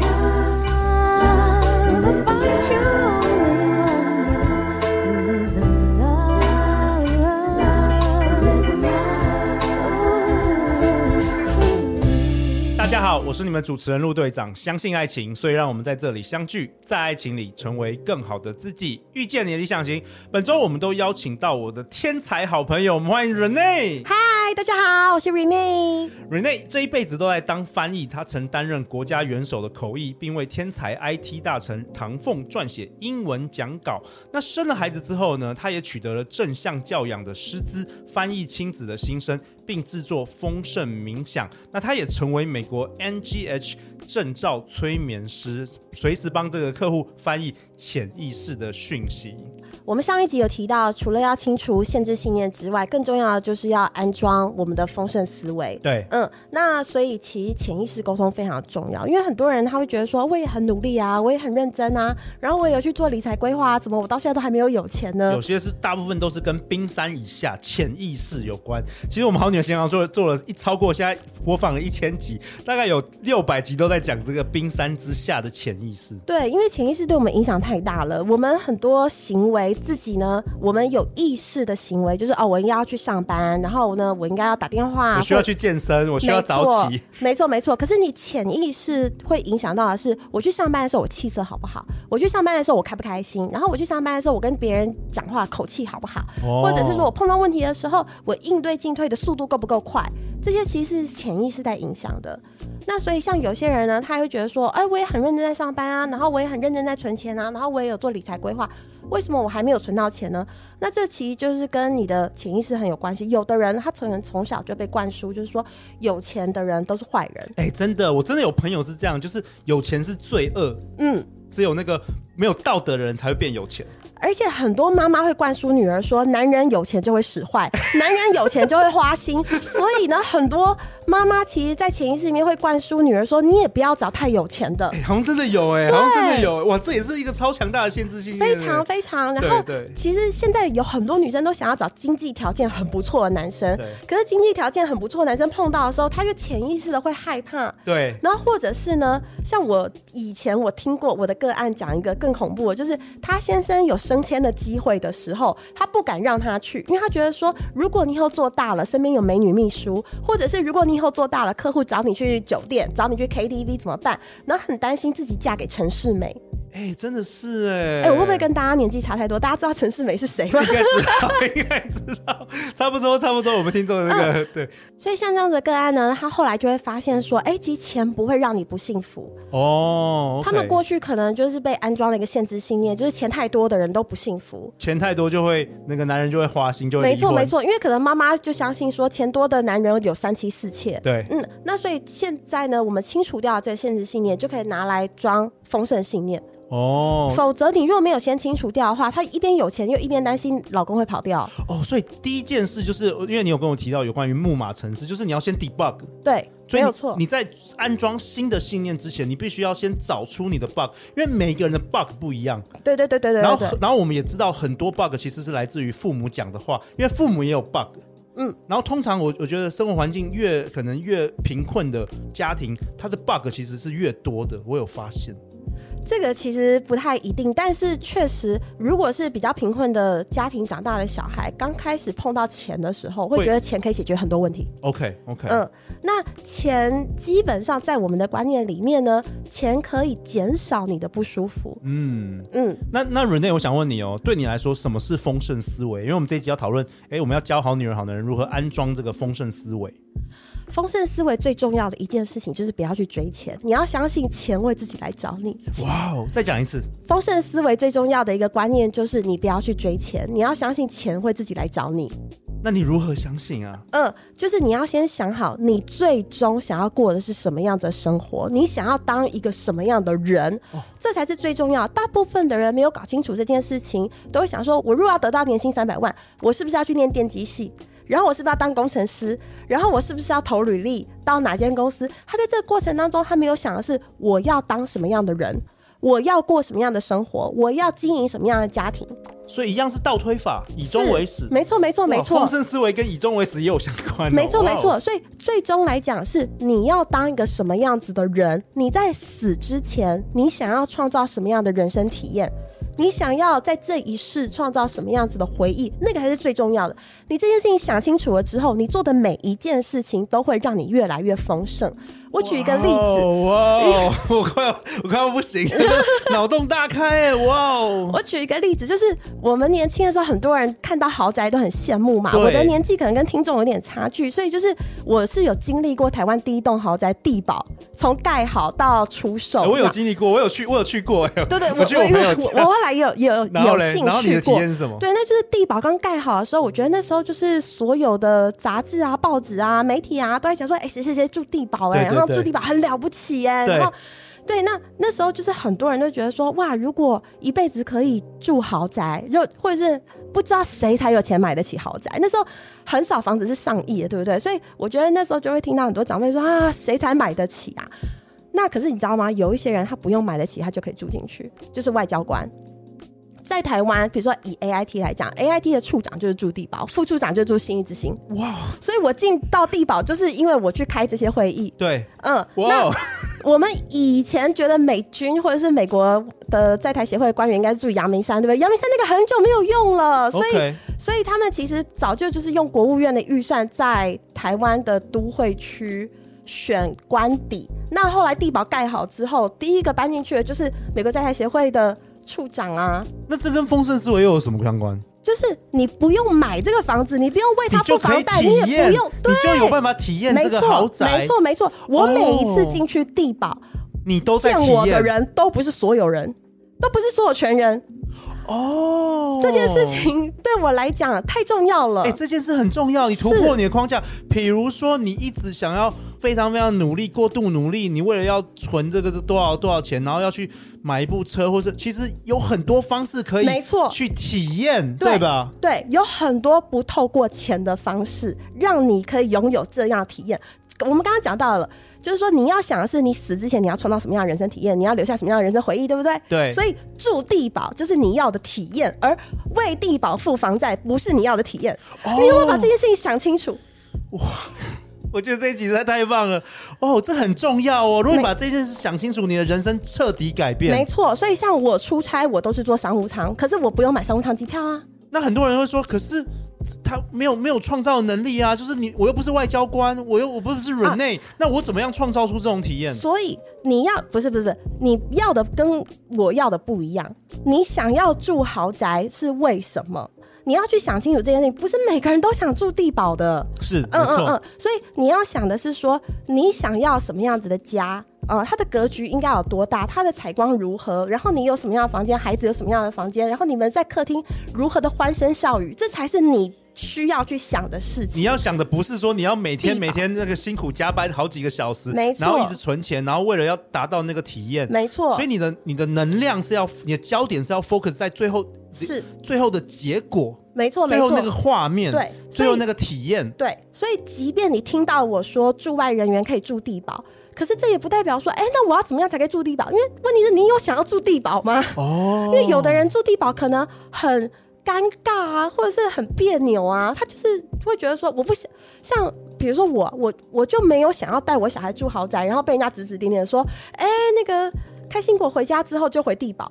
Love, find you only one. Live in love, live in love. 大家好，我是你们主持人陆队长。相信爱情，所以让我们在这里相聚，在爱情里成为更好的自己，遇见你的理想型。本周我们都邀请到我的天才好朋友，我们欢迎 Rene。嗨，大家好，我是 Rene。 Rene 这一辈子都在当翻译，他曾担任国家元首的口译，并为天才 IT 大臣唐凤撰写英文讲稿。那生了孩子之后呢，他也取得了正向教养的师资，翻译亲子的心声，并制作丰盛冥想。那他也成为美国 NGH 证照催眠师，随时帮这个客户翻译潜意识的讯息。我们上一集有提到，除了要清除限制信念之外，更重要的就是要安装我们的丰盛思维。对，嗯，那所以其实潜意识沟通非常重要，因为很多人他会觉得说，我也很努力啊，我也很认真啊，然后我也有去做理财规划啊，怎么我到现在都还没有有钱呢有？些是大部分都是跟冰山以下潜意识有关。其实我们好女人闲聊做做了一超过现在播放了一千集，大概有六百集都在讲这个冰山之下的潜意识。对，因为潜意识对我们影响太大了。我们很多行为自己呢，我们有意识的行为，就是哦，我应该要去上班，然后呢，我应该要打电话，我需要或去健身，我需要啊没早错，起。没错，没错。可是你潜意识会影响到的是，我去上班的时候我气色好不好？我去上班的时候我开不开心？然后我去上班的时候我跟别人讲话口气好不好？哦或者是说我碰到问题的时候，我应对进退的速度够不够快？这些其实是潜意识在影响的。那所以像有些人呢，他会觉得说，哎，我也很认真在上班啊，然后我也很认真在存钱啊，然后我也有做理财规划，为什么我还没有存到钱呢？那这其实就是跟你的潜意识很有关系。有的人他从从小就被灌输，就是说有钱的人都是坏人。哎、真的，我真的有朋友是这样，就是有钱是罪恶，嗯，只有那个没有道德的人才会变有钱。而且很多妈妈会灌输女儿说，男人有钱就会使坏，男人有钱就会花心。所以呢，很多妈妈其实，在潜意识里面会灌输女儿说，你也不要找太有钱的哎、。好像真的有、哎，好像真的有、哇，这也是一个超强大的限制性。非常非常，然后对对其实现在有很多女生都想要找经济条件很不错的男生对，可是经济条件很不错的男生碰到的时候，他就潜意识的会害怕，对，然后或者是呢，像我以前我听过我的个案讲一个更恐怖的，就是他先生有升迁的机会的时候，他不敢让他去，因为他觉得说，如果你以后做大了，身边有美女秘书，或者是如果你以后做大了，客户找你去酒店，找你去 KTV 怎么办？然后很担心自己嫁给陈世美。哎、真的是哎、哎、我会不会跟大家年纪差太多？大家知道陈世美是谁吗？应该知道，应该知道，差不多，差不多。我们听众的那嗯个，对，所以像这样的个案呢，他后来就会发现说，哎、其实钱不会让你不幸福。哦，他们过去可能就是被安装了一个限制信念，就是钱太多的人都不幸福。钱太多就会那个男人就会花心，就会没离错婚没，错，因为可能妈妈就相信说钱多的男人有三妻四妾。对，嗯，那所以现在呢，我们清除掉这个限制信念，就可以拿来装丰盛信念。哦否则，你若没有先清除掉的话，她一边有钱又一边担心老公会跑掉。哦，所以第一件事就是，因为你有跟我提到有关于木马城市，就是你要先 debug，对，所没以有你错。你在安装新的信念之前，你必须要先找出你的 bug，因为每个人的 bug 不一样。对对对对对然对后对，然后我们也知道很多 bug 其实是来自于父母讲的话，因为父母也有 bug。嗯，然后通常我我觉得生活环境越可能越贫困的家庭，它的 bug 其实是越多的。我有发现，这个其实不太一定，但是确实，如果是比较贫困的家庭长大的小孩，刚开始碰到钱的时候，会会觉得钱可以解决很多问题。 OK OK，、嗯，那钱基本上在我们的观念里面呢，钱可以减少你的不舒服。嗯，嗯，那那 Rene，我想问你哦，对你来说什么是丰盛思维？因为我们这一集要讨论，哎，我们要教好女人、好男人如何安装这个丰盛思维。丰盛思维最重要的一件事情就是不要去追钱，你要相信钱会自己来找你。哇哦，再讲一次，丰盛思维最重要的一个观念就是你不要去追钱，你要相信钱会自己来找你。那你如何相信啊？嗯，就是你要先想好，你最终想要过的是什么样子的生活，你想要当一个什么样的人，哦这才是最重要。大部分的人没有搞清楚这件事情，都会想说，我如果要得到年薪三百万，我是不是要去念电机系？然后我是不是要当工程师？然后我是不是要投履历到哪间公司？他在这个过程当中，他没有想的是我要当什么样的人。我要过什么样的生活，我要经营什么样的家庭，所以一样是倒推法，以终是为始。没错，没错，哇没错丰。盛思维跟以终为始也有相关哦、没错，哇没哦错。。所以最终来讲，是你要当一个什么样子的人？你在死之前，你想要创造什么样的人生体验？你想要在这一世创造什么样子的回忆？那个才是最重要的。你这件事情想清楚了之后，你做的每一件事情都会让你越来越丰盛。我举一个例子，哇哦， 哇哦我快要我快要不行， 脑洞大开哎，哇哦！我举一个例子，就是我们年轻的时候，很多人看到豪宅都很羡慕嘛。对我的年纪可能跟听众有点差距，所以就是我是有经历过台湾第一栋豪宅地堡，从盖好到出售哎嘛。我有经历过，我有去，我有去过哎。对对，我我去我朋友我我家，后来也有也有 然后有嘞，兴然后你趣的体过验。是什么？对，那就是地堡刚盖好的时候，我觉得那时候就是所有的杂志啊、报纸啊、媒体啊都在讲说，哎、谁谁谁住地堡哎、对对然后对住地堡很了不起哎、对然后对，那那时候就是很多人都觉得说，哇，如果一辈子可以住豪宅，就或者是不知道谁才有钱买得起豪宅，那时候很少房子是上亿的，对不对？所以我觉得那时候就会听到很多长辈说啊，谁才买得起啊？那可是你知道吗？有一些人他不用买得起，他就可以住进去，就是外交官。在台湾，比如说以 AIT 来讲，AIT 的处长就是住地堡，副处长就是住新一之星。哇所以我进到地堡，就是因为我去开这些会议。对，嗯，哇那哦，我们以前觉得美军或者是美国的在台协会的官员应该是住阳明山，对不对？阳明山那个很久没有用了，所以 OK 所以他们其实早就就是用国务院的预算在台湾的都会区选官邸。那后来地堡盖好之后，第一个搬进去的就是美国在台协会的处长啊。那这跟丰盛思维又有什么相关？就是你不用买这个房子，你不用为你他付就可房以贷，体你也验，不用，对你，就有办法体验这没个错，豪宅，没错，没错。我每一次哦进去地堡，你都在见体我的验人都不是所有人，都不是所有权人。哦。这件事情对我来讲太重要了。哎、这件事很重要，你突破你的框架。比如说，你一直想要非常非常努力，过度努力，你为了要存这个多少多少钱，然后要去买一部车，或是其实有很多方式可以，没错去体验，对对吧？对，有很多不透过钱的方式，让你可以拥有这样的体验。我们刚刚讲到了，就是说你要想的是，你死之前你要创造什么样的人生体验，你要留下什么样的人生回忆，对不对？对所以住地堡就是你要的体验，而为地堡付房贷不是你要的体验。哦你有没有把这件事情想清楚？我觉得这一集实在太棒了，哦，这很重要哦。如果你没把这件事想清楚，你的人生彻底改没变。错。所以像我出差，我都是坐商务舱，可是我不用买商务舱机票啊。那很多人会说，可是。他没有没有创造能力啊！就是你，我又不是外交官，我又我不啊是 Rene，、那我怎么样创造出这种体验？所以你要不是不是不是，你要的跟我要的不一样。你想要住豪宅是为什么？你要去想清楚这件事情，不是每个人都想住地堡的。是，没嗯错，嗯嗯，所以你要想的是说，你想要什么样子的家？呃，它的格局应该有多大？它的采光如何？然后你有什么样的房间？孩子有什么样的房间？然后你们在客厅如何的欢声笑语？这才是你需要去想的事你情。要想的不是说你要每天地每板天那个辛苦加班好几个小时，没错然后一直存钱，然后为了要达到那个体验，没错，所以你的你的能量是要你的焦点是要 focus 在最后是最后的结果，没错，最没错。后那个画面，对最所后以那个体验。对，所以即便你听到我说驻外人员可以住地堡，可是这也不代表说，哎，那我要怎么样才可以住地堡？因为问题是你有想要住地堡吗？哦因，为有的人住地堡可能很尴尬啊，或者是很别扭啊，他就是会觉得说，我不想像。比如说我，我我就没有想要带我小孩住豪宅，然后被人家指指点点说，哎、那个开心果回家之后就回地堡，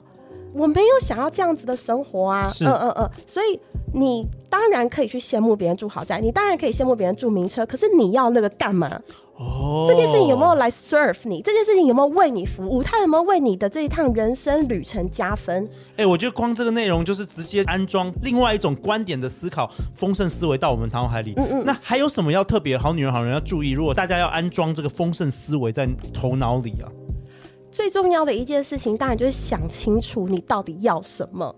我没有想要这样子的生活啊，是嗯嗯嗯，所以你当然可以去羡慕别人住豪宅，你当然可以羡慕别人住名车，可是你要那个干嘛？哦这件事情有没有来 serve 你？这件事情有没有为你服务？它有没有为你的这一趟人生旅程加分？哎、我觉得光这个内容就是直接安装另外一种观点的思考，丰盛思维到我们脑海里。嗯那还有什么要特别好女人好人要注意？如果大家要安装这个丰盛思维在头脑里啊，最重要的一件事情，当然就是想清楚你到底要什么。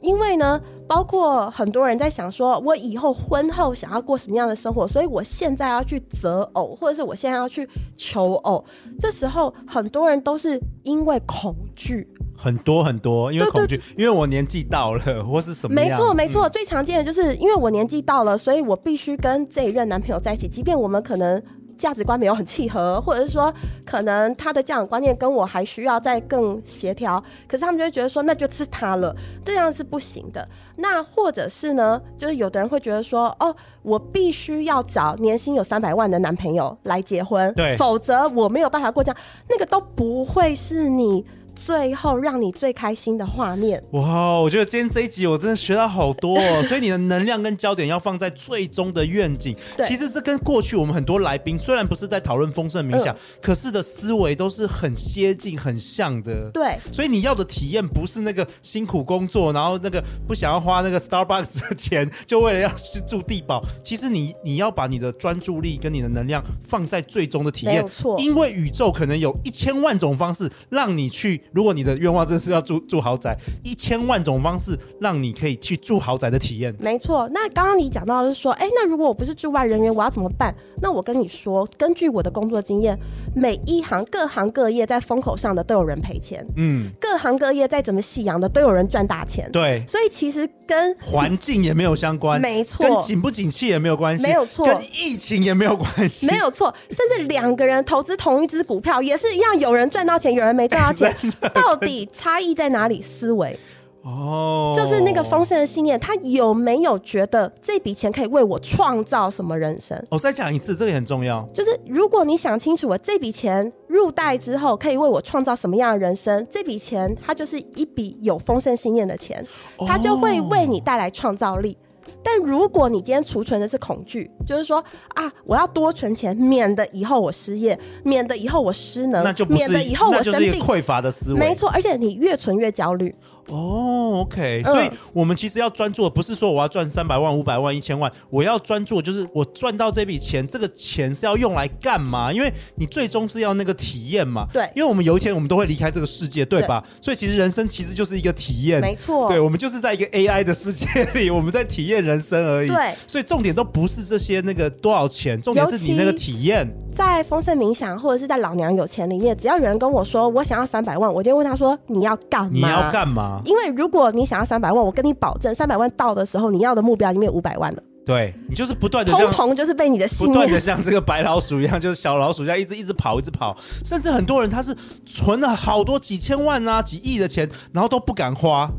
因为呢，包括很多人在想说，我以后婚后想要过什么样的生活，所以我现在要去择偶，或者是我现在要去求偶。这时候，很多人都是因为恐惧。很多很多，因为对恐惧，因为我年纪到了，或是什么没样？嗯错，没错。最常见的就是因为我年纪到了，所以我必须跟这一任男朋友在一起，即便我们可能价值观没有很契合，或者是说可能他的教养观念跟我还需要再更协调，可是他们就会觉得说那就是他了，这样是不行的。那或者是呢，就是有的人会觉得说，哦，我必须要找年薪有三百万的男朋友来结婚，对否则我没有办法过这样，那个都不会是你最后让你最开心的画面。哇，我觉得今天这一集我真的学到好多、 哦，所以你的能量跟焦点要放在最终的愿景。对其实这跟过去我们很多来宾虽然不是在讨论丰盛冥嗯想，可是的思维都是很接近、很像的。对，所以你要的体验不是那个辛苦工作，然后那个不想要花那个 Starbucks 的钱，就为了要去住地堡。其实你你要把你的专注力跟你的能量放在最终的体没验有，错因为宇宙可能有一千万种方式让你去，如果你的愿望真是要住住豪宅，一千万种方式让你可以去住豪宅的体验。没错，那刚刚你讲到的是说，哎，那如果我不是驻外人员，我要怎么办？那我跟你说，根据我的工作经验，每一行各行各业在风口上的都有人赔钱，嗯，各行各业再怎么夕阳的都有人赚大钱。，对。所以其实跟环境也没有相关， 没错跟景不景气也没有关系，没有错跟疫情也没有关系，，没有错，甚至两个人投资同一只股票也是一样，有人赚到钱，有人没赚到钱真的到底差异在哪里？思维哦，就是那个丰盛的信念，他有没有觉得这笔钱可以为我创造什么人生？哦我、再讲一次，这个也很重要。就是如果你想清楚了这笔钱入袋之后可以为我创造什么样的人生，这笔钱它就是一笔有丰盛信念的钱，哦它就会为你带来创造力。但如果你今天储存的是恐惧，就是说啊，我要多存钱，免得以后我失业，免得以后我失能那就，不是呃免得以后我那就生是一个病。匮乏的思维。没错，而且你越存越焦虑。哦，OK，、嗯所以我们其实要专注，不是说我要赚三百万、五百万、一千万，我要专注就是我赚到这笔钱，这个钱是要用来干嘛？因为你最终是要那个体验嘛。对因为我们有一天我们都会离开这个世界，对吧？所以其实人生其实就是一个体验。没错对，我们就是在一个 AI 的世界里，我们在体验人生而已。对所以重点都不是这些那个多少钱，重点是你那个尤其体验。在丰盛冥想或者是在老娘有钱里面，只要有人跟我说我想要三百万，我就会问他说你要干嘛？你要干嘛？因为如果你想要三百万，我跟你保证，三百万到的时候，你要的目标已经变五百万了。对你就是不断的通这样膨就是被你的信不断的念，像这个白老鼠一样，就是小老鼠一样，一直一直跑，一直跑，甚至很多人他是存了好多几千万啊、几亿的钱，然后都不敢花。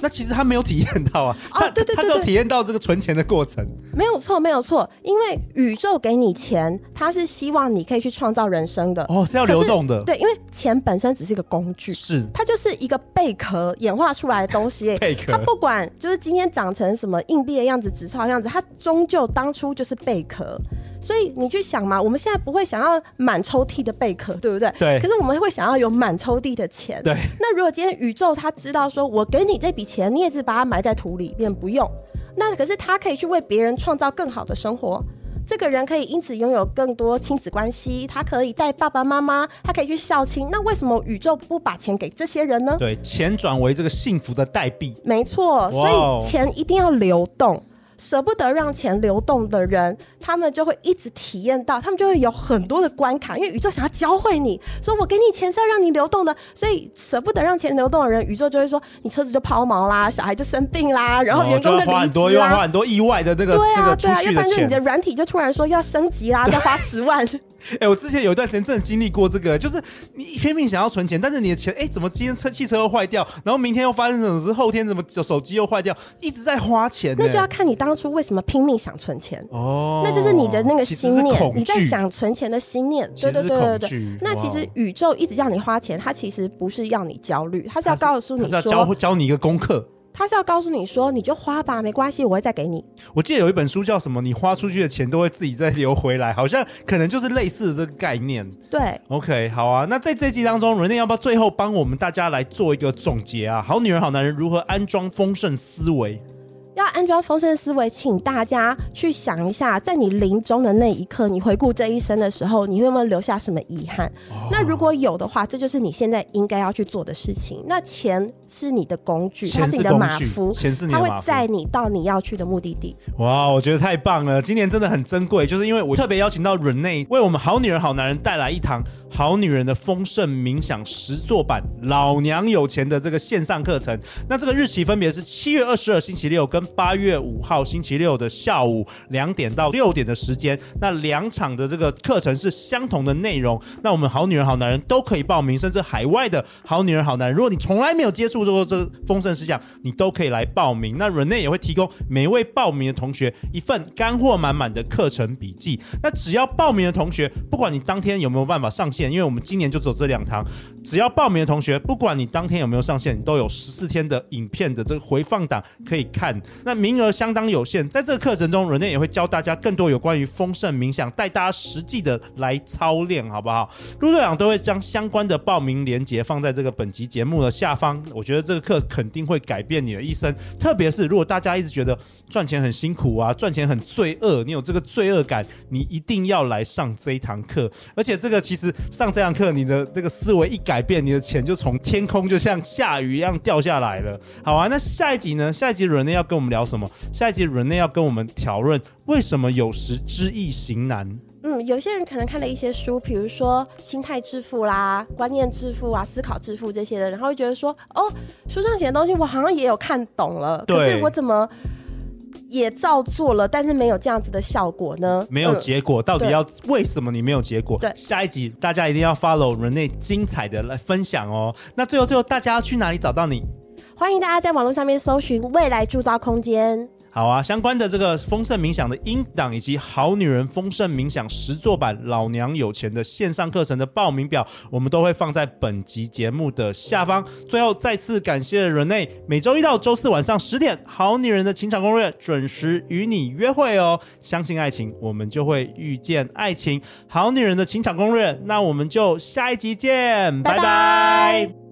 那其实他没有体验到啊，哦他对对对他只有对体验到这个存钱的过程。没有错，没有错。因为宇宙给你钱，它是希望你可以去创造人生的，哦是要流动的可是对，因为钱本身只是一个工具。是它就是一个贝壳演化出来的东 西、贝壳它不管就是今天长成什么硬币的样子、纸钞的样子，它终究当初就是贝壳。所以你去想嘛，我们现在不会想要满抽屉的贝壳，对不对？对可是我们会想要有满抽屉的钱。对。那如果今天宇宙他知道说，我给你这笔钱，你也只把它埋在土里面不用，那可是他可以去为别人创造更好的生活。这个人可以因此拥有更多亲子关系，他可以带爸爸妈妈，他可以去孝亲。那为什么宇宙不把钱给这些人呢？对，钱转为这个幸福的代币。没错，所哇哦以钱一定要流动。舍不得让钱流动的人，他们就会一直体验到，他们就会有很多的关卡，因为宇宙想要教会你，说我给你钱是要让你流动的，所以舍不得让钱流动的人，宇宙就会说你车子就抛锚啦，小孩就生病啦，然后哦员就工要就花很多，离职又要花啦，很多意外的那个、啊对那啊个出对啊，要去不的然就是钱你的。软体就突然说要升级啦，再花十 万，哎、我之前有一段时间真的经历过这个，就是你拼命想要存钱，但是你的钱，哎、怎么今天车汽车又坏掉，然后明天又发生什么事，后天怎么手手机又坏掉，一直在花钱、呢那就要看你当初为什么拼命想存钱。哦，那就是你的那个其实心是念，恐你在惧想存钱的心念，其对实对是对对恐惧对。那其哇实哦宇宙一直要你花钱，它其实不是要你焦虑，它是要他是告诉你他是要教说，教你一个功课。它是要告诉你说，你就花吧，没关系，我会再给你。我记得有一本书叫什么，你花出去的钱都会自己再流回来，好像可能就是类似的这个概念。对， OK，好啊，那在这集当中，Rene 要不要最后帮我们大家来做一个总结啊？好女人、好男人如何安装丰盛思维？要安装丰盛思维，请大家去想一下，在你临终的那一刻，你回顾这一生的时候，你会不会留下什么遗憾？哦那如果有的话，这就是你现在应该要去做的事情。那钱是你的工具，它钱是是你的工马具夫，钱是你的它会马夫载你到你要去的目的地。哇，我觉得太棒了！今年真的很珍贵，就是因为我特别邀请到 Rene 为我们好女人、好男人带来一堂好女人的丰盛冥想实作版《老娘有钱》的这个线上课程。那这个日期分别是七月二十二星期六跟八月五号星期六的下午两点到六点的时间。那两场的这个课程是相同的内容。那我们好女人、好男人都可以报名，甚至海外的好女人、好男人，如果你从来没有接触过这个丰盛思想，你都可以来报名。那 Rene 也会提供每位报名的同学一份干货满满的课程笔记。那只要报名的同学，不管你当天有没有办法上线，因为我们今年就走这两堂，只要报名的同学，不管你当天有没有上线，你都有十四天的影片的这个回放档可以看。那名额相当有限，在这个课程中，Rene 也会教大家更多有关于丰盛冥想，带大家实际的来操练，好不好？陆队长都会将相关的报名链接放在这个本集节目的下方。我觉得这个课肯定会改变你的一生，特别是如果大家一直觉得赚钱很辛苦啊，赚钱很罪恶，你有这个罪恶感，你一定要来上这一堂课。而且这个其实上这堂课，你的这个思维一改变，你的钱就从天空就像下雨一样掉下来了。好啊，那下一集呢？下一集 Rene 要跟我们聊什么？下一集 Rene 要跟我们讨论为什么有时知易行难。嗯，有些人可能看了一些书，比如说《心态致富》啦、《观念致富》啊、《思考致富》这些的，然后会觉得说，哦，书上写的东西我好像也有看懂了，对可是我怎么也照做了，但是没有这样子的效果呢？没有嗯结果，到底对要为什么你没有结果？对下一集大家一定要 follow 人类精彩的来分享哦。那最后最后，大家要去哪里找到你？欢迎大家在网络上面搜寻“未来铸造空间好啊，相关的这个丰盛冥想的音档以及《好女人丰盛冥想实作版》《老娘有钱》的线上课程的报名表，我们都会放在本集节目的下方。最后再次感谢 Rene，每周一到周四晚上十点，《好女人的情场攻略》准时与你约会哦。相信爱情，我们就会遇见爱情。《好女人的情场攻略》，那我们就下一集见，拜拜拜拜